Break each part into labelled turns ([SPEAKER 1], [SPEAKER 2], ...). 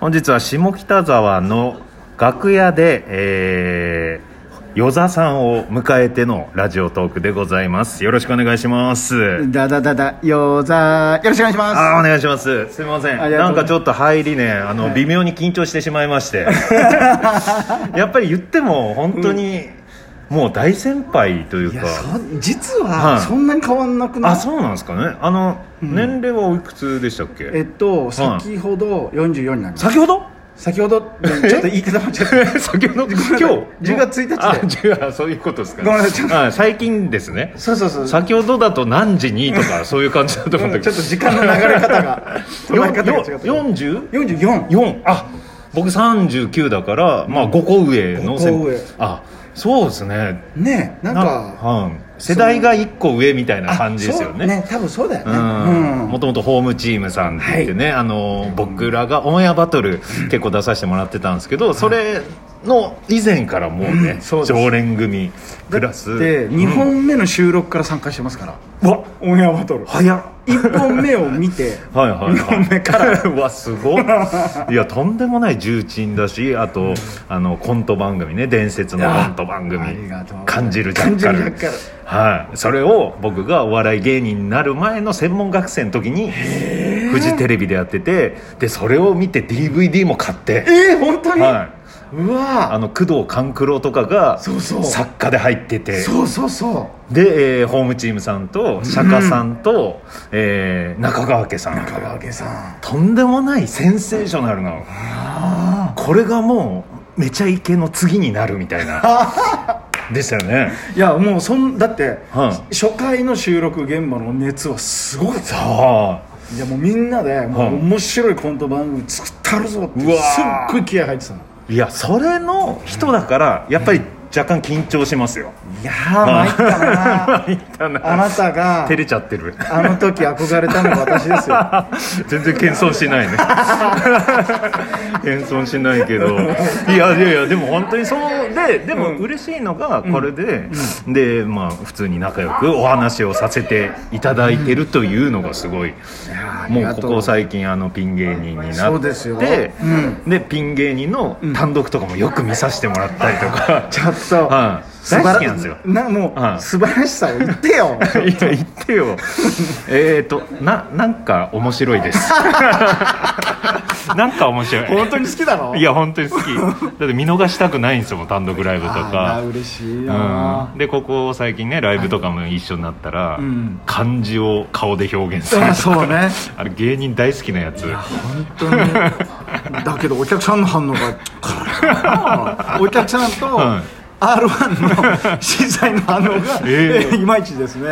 [SPEAKER 1] 本日は下北沢の楽屋で、えー、与座さんを迎えてのラジオトークでございますよろしくお願いします
[SPEAKER 2] だだだだよざよろしくお願いします
[SPEAKER 1] あーお願いしますすみません
[SPEAKER 2] ありが
[SPEAKER 1] な
[SPEAKER 2] と
[SPEAKER 1] ん
[SPEAKER 2] う
[SPEAKER 1] かちょっと入りねあの、微妙に緊張してしまいまして やっぱり言っても本当に、もう大先輩という
[SPEAKER 2] い
[SPEAKER 1] か
[SPEAKER 2] やそ実
[SPEAKER 1] はい
[SPEAKER 2] はそんなに変わんなくない、
[SPEAKER 1] あそうなんですかねあの、年齢はおいくつでしたっけ
[SPEAKER 2] えっと先ほど44になります
[SPEAKER 1] 先ほど
[SPEAKER 2] 先ほどちょっと言い方間違って
[SPEAKER 1] 先ほど今日
[SPEAKER 2] さい10月1日で
[SPEAKER 1] あ違うそういうことですか
[SPEAKER 2] ごめんなさいちょっと
[SPEAKER 1] はい最近ですね
[SPEAKER 2] そうそうそう
[SPEAKER 1] 先ほどだと何時にとかそういう感じだと思
[SPEAKER 2] う
[SPEAKER 1] っ
[SPEAKER 2] ん
[SPEAKER 1] たけ
[SPEAKER 2] ち
[SPEAKER 1] ど
[SPEAKER 2] ょっと時間の流れ方が 捉え方が違った
[SPEAKER 1] 40
[SPEAKER 2] 44
[SPEAKER 1] 4あ僕39だから、まあ5個上の先
[SPEAKER 2] 五個上
[SPEAKER 1] あそうですね
[SPEAKER 2] ねえなんか
[SPEAKER 1] はい世代が1個上みたいな感じですよ
[SPEAKER 2] あそうね多分そうだよねうん
[SPEAKER 1] もともとホームチームさんって言ってね、あの僕らがオンエアバトル結構出させてもらってたんですけど、それの以前からもうね、
[SPEAKER 2] そうです
[SPEAKER 1] 常連組プラス
[SPEAKER 2] で2本目の収録から参加してますから、
[SPEAKER 1] うわ
[SPEAKER 2] オンエアバトル
[SPEAKER 1] 早っ
[SPEAKER 2] 1本目を見て
[SPEAKER 1] はいはい、
[SPEAKER 2] 二本目
[SPEAKER 1] から うわすご いいやとんでもない重鎮だしあとあのコント番組ね伝説のコント番組
[SPEAKER 2] ありがとう
[SPEAKER 1] 「感じるジャッカル」
[SPEAKER 2] 感じるジャッ
[SPEAKER 1] はい、それを僕がお笑い芸人になる前の専門学生の時にフジテレビでやっててでそれを見て DVD も買って、
[SPEAKER 2] えー、本当に、
[SPEAKER 1] はい、
[SPEAKER 2] うわ
[SPEAKER 1] あの工藤官九郎とかが
[SPEAKER 2] そうそう
[SPEAKER 1] 作家で入ってて
[SPEAKER 2] そうそうそう
[SPEAKER 1] で、えーホームチームさんと釈迦さんと、えー中川家さん
[SPEAKER 2] 香川家さん
[SPEAKER 1] とんでもないセンセーショナルなこれがもうめちゃイケの次になるみたいなですよね
[SPEAKER 2] いやもうそんだって、
[SPEAKER 1] は
[SPEAKER 2] 初回の収録現場の熱はすごい
[SPEAKER 1] さあ
[SPEAKER 2] いやもうみんなでもう
[SPEAKER 1] はい
[SPEAKER 2] 面白いコント番組作ったるぞってす
[SPEAKER 1] う
[SPEAKER 2] っ
[SPEAKER 1] わー
[SPEAKER 2] ごい気合入ってたの
[SPEAKER 1] いやそれの人だからやっぱり若干緊張しますよ、
[SPEAKER 2] いやー参った
[SPEAKER 1] あ
[SPEAKER 2] な
[SPEAKER 1] いった
[SPEAKER 2] あ
[SPEAKER 1] な
[SPEAKER 2] なたが
[SPEAKER 1] 照れちゃってる
[SPEAKER 2] あの時憧れたのが私で すよ
[SPEAKER 1] 全然謙遜しないね 謙遜しないけどいやいやいやでも本当にそうででも嬉しいのがこれで、でまあ普通に仲良くお話をさせていただいてるというのがすごい、もうここ最近あのピン芸人になって
[SPEAKER 2] そうですようん
[SPEAKER 1] でピン芸人の単独とかもよく見させてもらったりと か、
[SPEAKER 2] ちょっと、
[SPEAKER 1] はい
[SPEAKER 2] 素晴ら
[SPEAKER 1] 大好きなんですよ
[SPEAKER 2] なもう、
[SPEAKER 1] はい
[SPEAKER 2] 素晴らしさを言って よ
[SPEAKER 1] いや言ってよえっとななんか面白いです なんか面白
[SPEAKER 2] 本当に好きだろ
[SPEAKER 1] いいや本当に好きだって見逃したくないんですよ単独ライブと
[SPEAKER 2] あ
[SPEAKER 1] か
[SPEAKER 2] ー嬉しいよ
[SPEAKER 1] うん、でここ最近ねライブとかも一緒になったら、
[SPEAKER 2] ん
[SPEAKER 1] 漢字を顔で表現すると
[SPEAKER 2] あ
[SPEAKER 1] か
[SPEAKER 2] そうね
[SPEAKER 1] あれ芸人大好きなやつ
[SPEAKER 2] 本当に だけどお客さんの反応がからお客さんと、
[SPEAKER 1] はい
[SPEAKER 2] R1 の審査員の反応が、
[SPEAKER 1] え
[SPEAKER 2] え
[SPEAKER 1] え
[SPEAKER 2] いまいちですね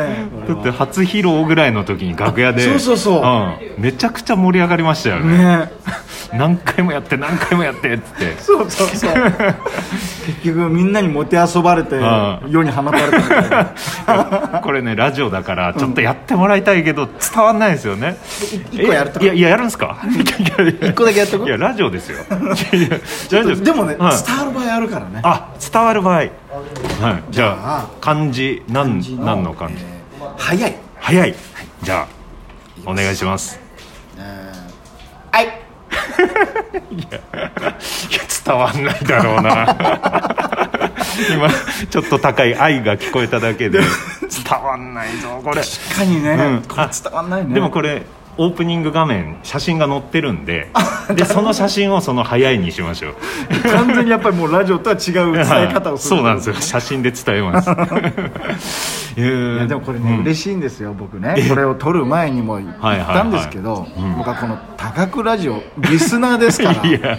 [SPEAKER 1] だって初披露ぐらいの時に楽屋で
[SPEAKER 2] そうそうそうん
[SPEAKER 1] めちゃくちゃ盛り上がりましたよね
[SPEAKER 2] ね
[SPEAKER 1] 何回もやって何回もやってっつって
[SPEAKER 2] そうそうそう結局みんなにもてあそばれて
[SPEAKER 1] うん
[SPEAKER 2] 世に放たれ たみたいな
[SPEAKER 1] これねラジオだからちょっとやってもらいたいけど伝わんないですよね、
[SPEAKER 2] 一個やると
[SPEAKER 1] えいやいややるんですか 一
[SPEAKER 2] 一個だけやっとく
[SPEAKER 1] いやラジオですよいやいやラジオす
[SPEAKER 2] でもね、
[SPEAKER 1] はい
[SPEAKER 2] 伝わる場合あるからね
[SPEAKER 1] あ伝わる場合はいじゃあ
[SPEAKER 2] あ
[SPEAKER 1] 漢字何
[SPEAKER 2] 字の
[SPEAKER 1] 何の漢字、
[SPEAKER 2] えー早い
[SPEAKER 1] 早いじゃあお願いします
[SPEAKER 2] はい
[SPEAKER 1] いや伝わんないだろうな 今ちょっと高い愛が聞こえただけで伝わんないぞこれ
[SPEAKER 2] 確かにね、
[SPEAKER 1] うん
[SPEAKER 2] これ伝わんないね
[SPEAKER 1] でもこれオープニング画面写真が載ってるんででその写真をその「早い」にしましょう
[SPEAKER 2] 完全にやっぱりもうラジオとは違う伝え方をする
[SPEAKER 1] そうなんですよ写真で伝えます い
[SPEAKER 2] い
[SPEAKER 1] や
[SPEAKER 2] やでもこれね、嬉しいんですよ僕ねこれを撮る前にも言っ
[SPEAKER 1] はいはい
[SPEAKER 2] たんですけど、僕はこの「多角ラジオ」リスナーですか
[SPEAKER 1] い
[SPEAKER 2] らい
[SPEAKER 1] や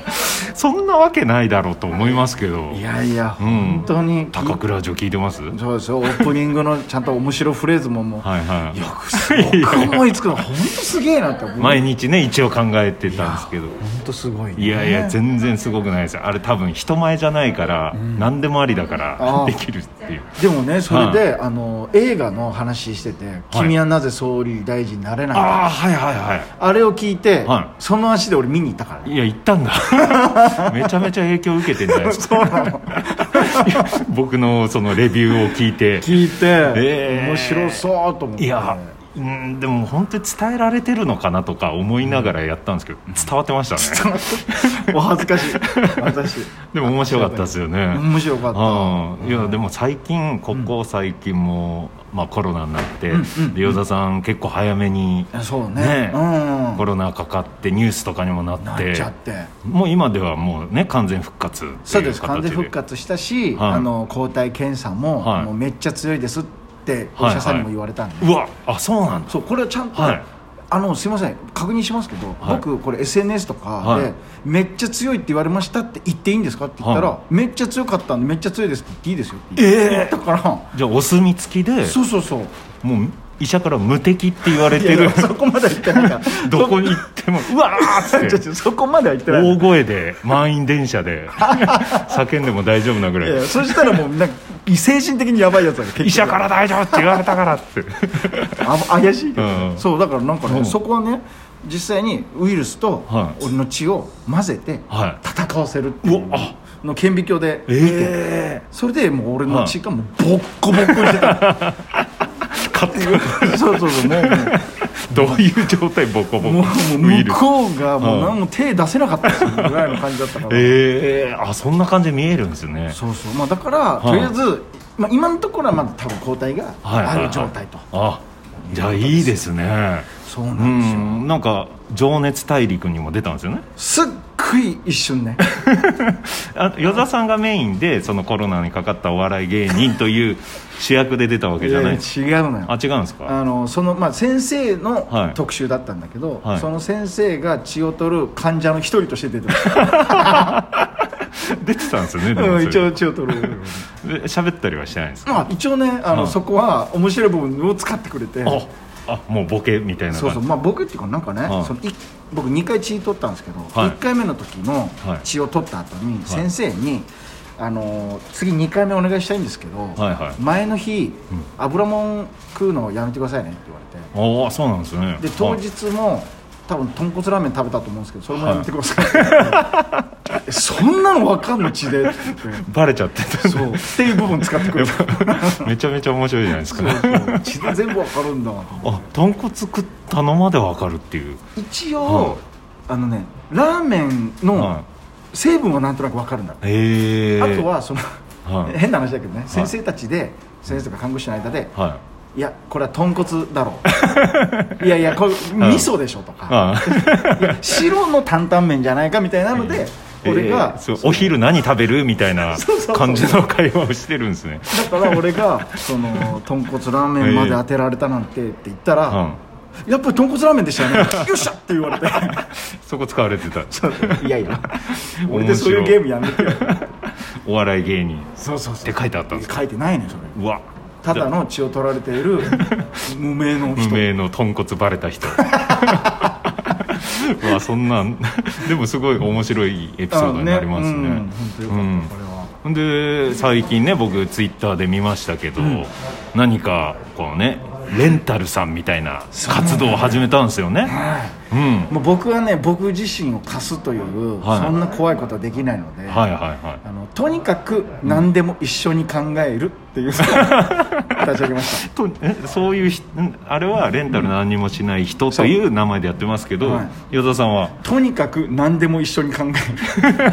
[SPEAKER 1] そんなわけないだろうと思いますけど
[SPEAKER 2] やいや本当に、
[SPEAKER 1] 高倉城聞いてますはい
[SPEAKER 2] そうですよオープニングのちゃんと面白フレーズもも う、
[SPEAKER 1] はい
[SPEAKER 2] よくすごく思いつくの本当すげえなって思う本
[SPEAKER 1] 毎日ね一応考えてたんですけど
[SPEAKER 2] 当すごい、ね、
[SPEAKER 1] いやいや全然すごくないですよあれ多分人前じゃないから何でもありだか
[SPEAKER 2] あ
[SPEAKER 1] ら
[SPEAKER 2] ー
[SPEAKER 1] できるっていう
[SPEAKER 2] でもねそれで、あの映画の話してて「君はなぜ総理大臣になれないの
[SPEAKER 1] ああはいはいはい
[SPEAKER 2] あれを聞いて、
[SPEAKER 1] は
[SPEAKER 2] その足で俺見に行ったからね
[SPEAKER 1] いや行ったんだ めちゃめちゃ影響受けてんじゃないですか僕のそのレビューを聞いて
[SPEAKER 2] 聞いて、
[SPEAKER 1] ええ
[SPEAKER 2] 面白そうと思って
[SPEAKER 1] いやうんでも本当に伝えられてるのかなとか思いながらやったんですけど、伝わってましたね
[SPEAKER 2] お恥ずかしい私
[SPEAKER 1] でも面白かったですよね
[SPEAKER 2] 面白かった
[SPEAKER 1] うんいやでも最近ここ最近も、まあ、コロナになって、
[SPEAKER 2] うんうん
[SPEAKER 1] で与田さん結構早めに、
[SPEAKER 2] そう
[SPEAKER 1] ね
[SPEAKER 2] ねうん
[SPEAKER 1] コロナかかってニュースとかにもなっ
[SPEAKER 2] なってちゃって
[SPEAKER 1] もう今ではもうね完全復活っていう
[SPEAKER 2] そうです
[SPEAKER 1] 形
[SPEAKER 2] 完全復活したし、
[SPEAKER 1] はい
[SPEAKER 2] あの抗体検査も,、
[SPEAKER 1] はい
[SPEAKER 2] もうめっちゃ強いですってお医者さんにも言われたんで、
[SPEAKER 1] うわあそうなんだ
[SPEAKER 2] そうこれはちゃんと、
[SPEAKER 1] はい
[SPEAKER 2] あのすいません確認しますけど、
[SPEAKER 1] はい
[SPEAKER 2] 僕これ SNS とか
[SPEAKER 1] は
[SPEAKER 2] で、
[SPEAKER 1] い
[SPEAKER 2] めっちゃ強いって言われましたって言っていいんですかって言ったら、
[SPEAKER 1] は
[SPEAKER 2] めっちゃ強かったんでめっちゃ強いですって言っていいですよって言って、
[SPEAKER 1] え
[SPEAKER 2] だから
[SPEAKER 1] じゃあお墨付きで
[SPEAKER 2] そうそうそう
[SPEAKER 1] もう医者から無敵って言われ
[SPEAKER 2] い
[SPEAKER 1] て
[SPEAKER 2] やい
[SPEAKER 1] る
[SPEAKER 2] やそこまでは言ってないから
[SPEAKER 1] どこに行ってもうわーっ
[SPEAKER 2] ち
[SPEAKER 1] つ
[SPEAKER 2] ょ
[SPEAKER 1] っ
[SPEAKER 2] ち
[SPEAKER 1] て
[SPEAKER 2] ょそこまでは言ってない
[SPEAKER 1] 大声で満員電車 で叫んでも大丈夫なぐ
[SPEAKER 2] いやい
[SPEAKER 1] ら
[SPEAKER 2] や
[SPEAKER 1] い
[SPEAKER 2] そしたらもうなんか精神的にやばいやつだから
[SPEAKER 1] 医者から大丈夫って言われたからって
[SPEAKER 2] あ怪しいけど、
[SPEAKER 1] うん
[SPEAKER 2] そうだからなんかね、
[SPEAKER 1] うん
[SPEAKER 2] そこはね実際にウイルスと
[SPEAKER 1] はい
[SPEAKER 2] 俺の血を混ぜて
[SPEAKER 1] は
[SPEAKER 2] 戦わせるっていう
[SPEAKER 1] うわあ
[SPEAKER 2] の顕微鏡で見て、
[SPEAKER 1] え
[SPEAKER 2] それでもう俺の血がもうボッコボッコにしてた
[SPEAKER 1] い勝手
[SPEAKER 2] そうそうそうも う
[SPEAKER 1] どういう状態ボコボコ
[SPEAKER 2] もうもう
[SPEAKER 1] ウイ
[SPEAKER 2] 向
[SPEAKER 1] ルス
[SPEAKER 2] こうがもう
[SPEAKER 1] うん
[SPEAKER 2] 何も手出せなかったですよぐらいの感じだったから、
[SPEAKER 1] ええあそんな感じで見えるんですよね
[SPEAKER 2] そうそうまあだから、
[SPEAKER 1] い
[SPEAKER 2] とりあえず、まあ、今のところはまだ多分抗体が
[SPEAKER 1] はいはい
[SPEAKER 2] あ
[SPEAKER 1] はい
[SPEAKER 2] る状態と、
[SPEAKER 1] あじゃあいいですね
[SPEAKER 2] そうなん
[SPEAKER 1] う
[SPEAKER 2] ですよ、
[SPEAKER 1] んなんか情熱大陸にも出たんですよね
[SPEAKER 2] すっごい一瞬ね
[SPEAKER 1] あ与田さんがメインでそのコロナにかかったお笑い芸人という主役で出たわけじゃない
[SPEAKER 2] いやいや違うのよ
[SPEAKER 1] あ違うんですか
[SPEAKER 2] あのそのまあ、先生
[SPEAKER 1] は
[SPEAKER 2] の
[SPEAKER 1] い
[SPEAKER 2] 特集だったんだけど、
[SPEAKER 1] はい
[SPEAKER 2] その先生が血を取る患者の一人として出てました、
[SPEAKER 1] 出てたんですよねでも
[SPEAKER 2] うん
[SPEAKER 1] そ
[SPEAKER 2] 一応
[SPEAKER 1] れ
[SPEAKER 2] 血を取る、
[SPEAKER 1] で喋ったりはしてないんですか
[SPEAKER 2] まあ、一応ねあの、
[SPEAKER 1] はい
[SPEAKER 2] そこは面白い部分を使ってくれて
[SPEAKER 1] ああもうボケみたいな
[SPEAKER 2] そうそう、
[SPEAKER 1] 感じ
[SPEAKER 2] まあ、僕っていうかなんかね、
[SPEAKER 1] はい
[SPEAKER 2] そのい僕2回血取ったんですけど、
[SPEAKER 1] はい
[SPEAKER 2] 1回目の時の
[SPEAKER 1] はい
[SPEAKER 2] 血を取った後に、先生にあの次2回目お願いしたいんですけど、
[SPEAKER 1] はいはい
[SPEAKER 2] 前の日、油もん食うのをやめてくださいねって言われて。
[SPEAKER 1] ああそうなんですね
[SPEAKER 2] で当
[SPEAKER 1] はい
[SPEAKER 2] 日も多分豚骨ラーメン食べたと思うんですけどそれもやめてくださいって言われて、そんなの分かんの血でって言っ
[SPEAKER 1] バレちゃって
[SPEAKER 2] て
[SPEAKER 1] た
[SPEAKER 2] そうっていう部分使ってくれた
[SPEAKER 1] めちゃめちゃ面白いじゃないですか
[SPEAKER 2] 血で全部分かるんだ
[SPEAKER 1] あ豚骨食ったのまでわかるっていう
[SPEAKER 2] 一
[SPEAKER 1] は
[SPEAKER 2] 応あのねラーメンの
[SPEAKER 1] は
[SPEAKER 2] 成分はなんとなく分かるんだ、
[SPEAKER 1] いへえ
[SPEAKER 2] あとはその、
[SPEAKER 1] はい
[SPEAKER 2] 変な話だけどね、先生たちで先生とか看護師の間で、
[SPEAKER 1] はい
[SPEAKER 2] やこれは豚骨だろ ういやいやこれ味噌でしょとか、いや白の担々麺じゃないかみたいなので、
[SPEAKER 1] い
[SPEAKER 2] 俺
[SPEAKER 1] えー
[SPEAKER 2] が、
[SPEAKER 1] そうお昼何食べるみたいな
[SPEAKER 2] そうそうそう
[SPEAKER 1] 感じの会話をしてるんですね
[SPEAKER 2] だから俺 がその豚骨ラーメンまで当てられたなんてって言った
[SPEAKER 1] う
[SPEAKER 2] ら
[SPEAKER 1] ん、
[SPEAKER 2] やっぱり豚骨ラーメンでしたよねよっしゃって言われて
[SPEAKER 1] そこ使われてた
[SPEAKER 2] いやいや俺でそういうゲームやめてよ
[SPEAKER 1] お笑い芸人
[SPEAKER 2] そうそう
[SPEAKER 1] って書いてあったんですか
[SPEAKER 2] 書いてないねそれ
[SPEAKER 1] うわ
[SPEAKER 2] ただの血を取られている 無名の
[SPEAKER 1] 無
[SPEAKER 2] 人
[SPEAKER 1] 名の豚骨バレた 人うわそんなんでもすごい面白いエピソードになりますね
[SPEAKER 2] うん本当よかった、
[SPEAKER 1] うん
[SPEAKER 2] これは
[SPEAKER 1] で最近ね僕ツイッターで見ましたけど、何かこうねレンタルさんみたいな活動を始めたんですよねうん
[SPEAKER 2] もう僕はね僕自身を貸すという、
[SPEAKER 1] はい
[SPEAKER 2] そんな怖いことはできないので、
[SPEAKER 1] はいはいはい
[SPEAKER 2] あのとにかく何でも一緒に考えるっていう、立ち上げました
[SPEAKER 1] とえそういうひんあれはレンタル何にもしない人という名前でやってますけど、
[SPEAKER 2] はい
[SPEAKER 1] 与田さんは
[SPEAKER 2] とにかく何でも一緒に考える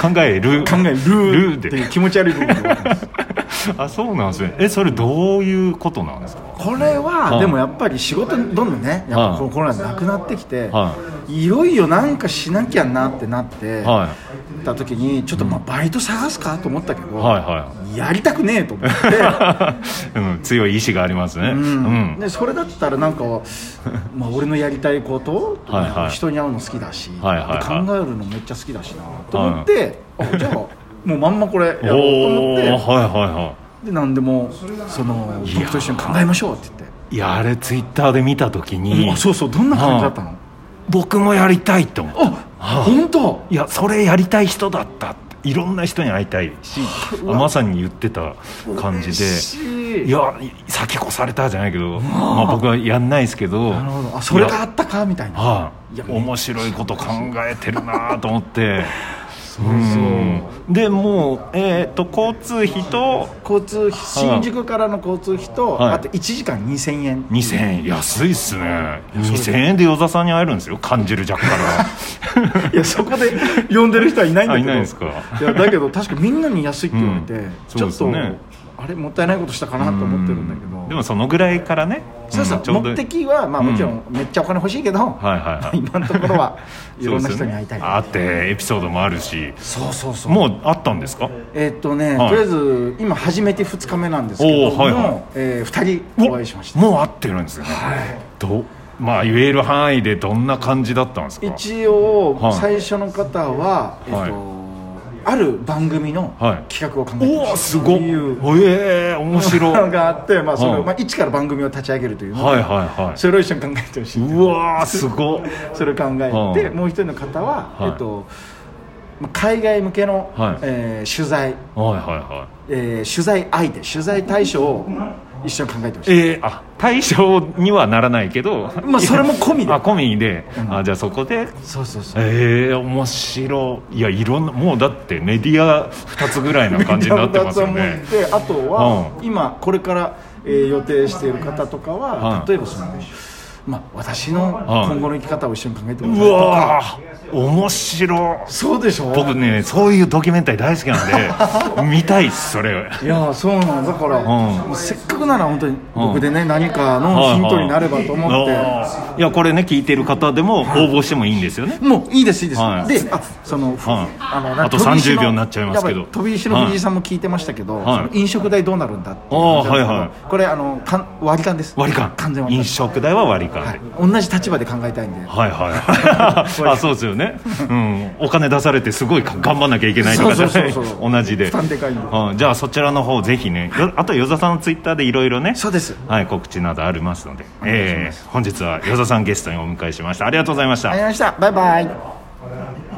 [SPEAKER 1] 考える
[SPEAKER 2] 考える
[SPEAKER 1] ルー
[SPEAKER 2] ってい
[SPEAKER 1] で
[SPEAKER 2] う気持ち悪い部分が多いです
[SPEAKER 1] あそうなんですねえそれどういうことなんですか
[SPEAKER 2] これは、
[SPEAKER 1] はい
[SPEAKER 2] でもやっぱり仕事どんどんねやっぱこのコロナでなくなってきて、、
[SPEAKER 1] はい
[SPEAKER 2] よいよなんかしなきゃなってなって、
[SPEAKER 1] は
[SPEAKER 2] た時にちょっとまあバイト探すかと思ったけど、
[SPEAKER 1] はいは
[SPEAKER 2] やりたくねえと思って
[SPEAKER 1] い、 うん、強い意志がありますねう
[SPEAKER 2] うん
[SPEAKER 1] ん、
[SPEAKER 2] でそれだったらなんか、まあ、俺のやりたいこととか
[SPEAKER 1] はいはい
[SPEAKER 2] 人に会うの好きだし、
[SPEAKER 1] はいはいはい
[SPEAKER 2] で考えるのめっちゃ好きだしなと思って、あじゃあもうまんまこれやろう
[SPEAKER 1] お
[SPEAKER 2] と思
[SPEAKER 1] お
[SPEAKER 2] っ
[SPEAKER 1] はい
[SPEAKER 2] て
[SPEAKER 1] はいは
[SPEAKER 2] で何でもその僕と一緒に考えましょうって言って
[SPEAKER 1] いいやあれツイッターで見た時
[SPEAKER 2] うん、
[SPEAKER 1] に、
[SPEAKER 2] あそうそうどんな感じだったの、
[SPEAKER 1] 僕もやりたいと思って
[SPEAKER 2] あ本当
[SPEAKER 1] いやそれやりたい人だったっていろんな人に会いたいしあまさに言ってた感じで
[SPEAKER 2] 嬉しい
[SPEAKER 1] いや先越されたじゃないけど、まあ、僕はやんないですけど
[SPEAKER 2] なるほどあそれ
[SPEAKER 1] い
[SPEAKER 2] があ
[SPEAKER 1] や
[SPEAKER 2] ったかみたいな
[SPEAKER 1] はい
[SPEAKER 2] や
[SPEAKER 1] 面白いこと考えてるなと思って
[SPEAKER 2] そう
[SPEAKER 1] うんでもう、えー、と交通費と
[SPEAKER 2] 交通費新宿からの交通費と、
[SPEAKER 1] はい
[SPEAKER 2] あと1時間2000円
[SPEAKER 1] 2000円安いっすね2000円で与田さんに会えるんですよ感じるジャック から
[SPEAKER 2] いやそこ で呼んでる人はいないんだけど
[SPEAKER 1] あいないですか
[SPEAKER 2] やだけど確かみんなに安いって言われて、
[SPEAKER 1] うんそ
[SPEAKER 2] ち
[SPEAKER 1] う
[SPEAKER 2] ょ
[SPEAKER 1] で
[SPEAKER 2] っ
[SPEAKER 1] す
[SPEAKER 2] と、
[SPEAKER 1] ね
[SPEAKER 2] あれもったいないことしたかなと思ってるんだけど、
[SPEAKER 1] でもそのぐらいからね
[SPEAKER 2] そうそう、
[SPEAKER 1] んちょうど
[SPEAKER 2] 目的は、まあ、もちろんめっちゃお金欲しいけど、
[SPEAKER 1] はいはいはい
[SPEAKER 2] 今のところ はいろんな
[SPEAKER 1] そうですよ
[SPEAKER 2] 人に
[SPEAKER 1] ね
[SPEAKER 2] 会いたい
[SPEAKER 1] 会ってエピソードもあるし
[SPEAKER 2] そうそうそう
[SPEAKER 1] もう会ったんですか
[SPEAKER 2] えーっとね、
[SPEAKER 1] はい
[SPEAKER 2] とりあえず今初めて2日目なんですけども、
[SPEAKER 1] おーはいはい
[SPEAKER 2] え2人お会いしました
[SPEAKER 1] もう会ってるんですね、どまあ言える範囲でどんな感じだったんですか
[SPEAKER 2] 一応
[SPEAKER 1] はい
[SPEAKER 2] 最初の方は、えーっとある番組の
[SPEAKER 1] はい
[SPEAKER 2] 企画を考えて
[SPEAKER 1] おお
[SPEAKER 2] まし
[SPEAKER 1] す
[SPEAKER 2] た
[SPEAKER 1] ごっ
[SPEAKER 2] っていう
[SPEAKER 1] ええ面白い
[SPEAKER 2] の
[SPEAKER 1] は
[SPEAKER 2] があって、まあそれ
[SPEAKER 1] は
[SPEAKER 2] を
[SPEAKER 1] い
[SPEAKER 2] まあ、一から番組を立ち上げるという
[SPEAKER 1] い
[SPEAKER 2] ので、
[SPEAKER 1] はいは
[SPEAKER 2] それを一緒に考えてほしい
[SPEAKER 1] い
[SPEAKER 2] って
[SPEAKER 1] うわーすごっ
[SPEAKER 2] それを考
[SPEAKER 1] は
[SPEAKER 2] えて
[SPEAKER 1] い
[SPEAKER 2] もう一人の方は、
[SPEAKER 1] はい
[SPEAKER 2] えっと、まあ海外向けの、
[SPEAKER 1] はい
[SPEAKER 2] えー取材、
[SPEAKER 1] はいはいはい
[SPEAKER 2] えー取材相手取材対象を一緒に考えてほしい、
[SPEAKER 1] えー、あ対象にはならないけど
[SPEAKER 2] まあそれも込み で
[SPEAKER 1] あ込みで、あじゃあそこで
[SPEAKER 2] そうそうそう
[SPEAKER 1] えー、面白いいやいろんなもうだってメディア2つぐらいな感じになってますよね
[SPEAKER 2] であとは、
[SPEAKER 1] う
[SPEAKER 2] 今これから、えー予定している方とかは、
[SPEAKER 1] はい
[SPEAKER 2] 例えばその、まあ、私の
[SPEAKER 1] い
[SPEAKER 2] 今後の生き方を一緒に考えてくだ
[SPEAKER 1] う
[SPEAKER 2] さいとか
[SPEAKER 1] わー面白い
[SPEAKER 2] そうでしょ
[SPEAKER 1] 僕ねそういうドキュメンタリー大好きなん で見たいっすそれ
[SPEAKER 2] いやーそうなんだから、
[SPEAKER 1] うん
[SPEAKER 2] せっかくなら本当に僕でね、何かのヒントになればと思って、
[SPEAKER 1] あーいやこれね聞いてる方でも応募してもいいんですよね
[SPEAKER 2] もういいですいいです、
[SPEAKER 1] はい
[SPEAKER 2] であその、ふ
[SPEAKER 1] はい
[SPEAKER 2] のなんか
[SPEAKER 1] あと
[SPEAKER 2] 飛び石の
[SPEAKER 1] 30秒になっちゃいますけど
[SPEAKER 2] やば飛び石の藤井さんも聞いてましたけど、
[SPEAKER 1] はい
[SPEAKER 2] その飲食代どうなるんだっていう
[SPEAKER 1] あー
[SPEAKER 2] 話な
[SPEAKER 1] はいは
[SPEAKER 2] んですけど
[SPEAKER 1] い
[SPEAKER 2] これあのかん割り勘です
[SPEAKER 1] 割り勘
[SPEAKER 2] 完全割り
[SPEAKER 1] 飲
[SPEAKER 2] 勘
[SPEAKER 1] 食代は割り勘で、
[SPEAKER 2] はい、同じ立場で考えたいんで
[SPEAKER 1] はいはい はいあそうですよね、うん、お金出されてすごいか頑張んなきゃいけないとかじゃない
[SPEAKER 2] そうそうそうそう
[SPEAKER 1] 同じで
[SPEAKER 2] 負担でかいんで
[SPEAKER 1] うん、じゃあそちらの方ぜひねよあと与座さんのツイッターでいろいろね
[SPEAKER 2] そうです
[SPEAKER 1] はい、告知などありますので、
[SPEAKER 2] 願いし
[SPEAKER 1] えー本日は与座さんゲストにお迎えしましたありがとうございました
[SPEAKER 2] ありがとうございましたバイバイ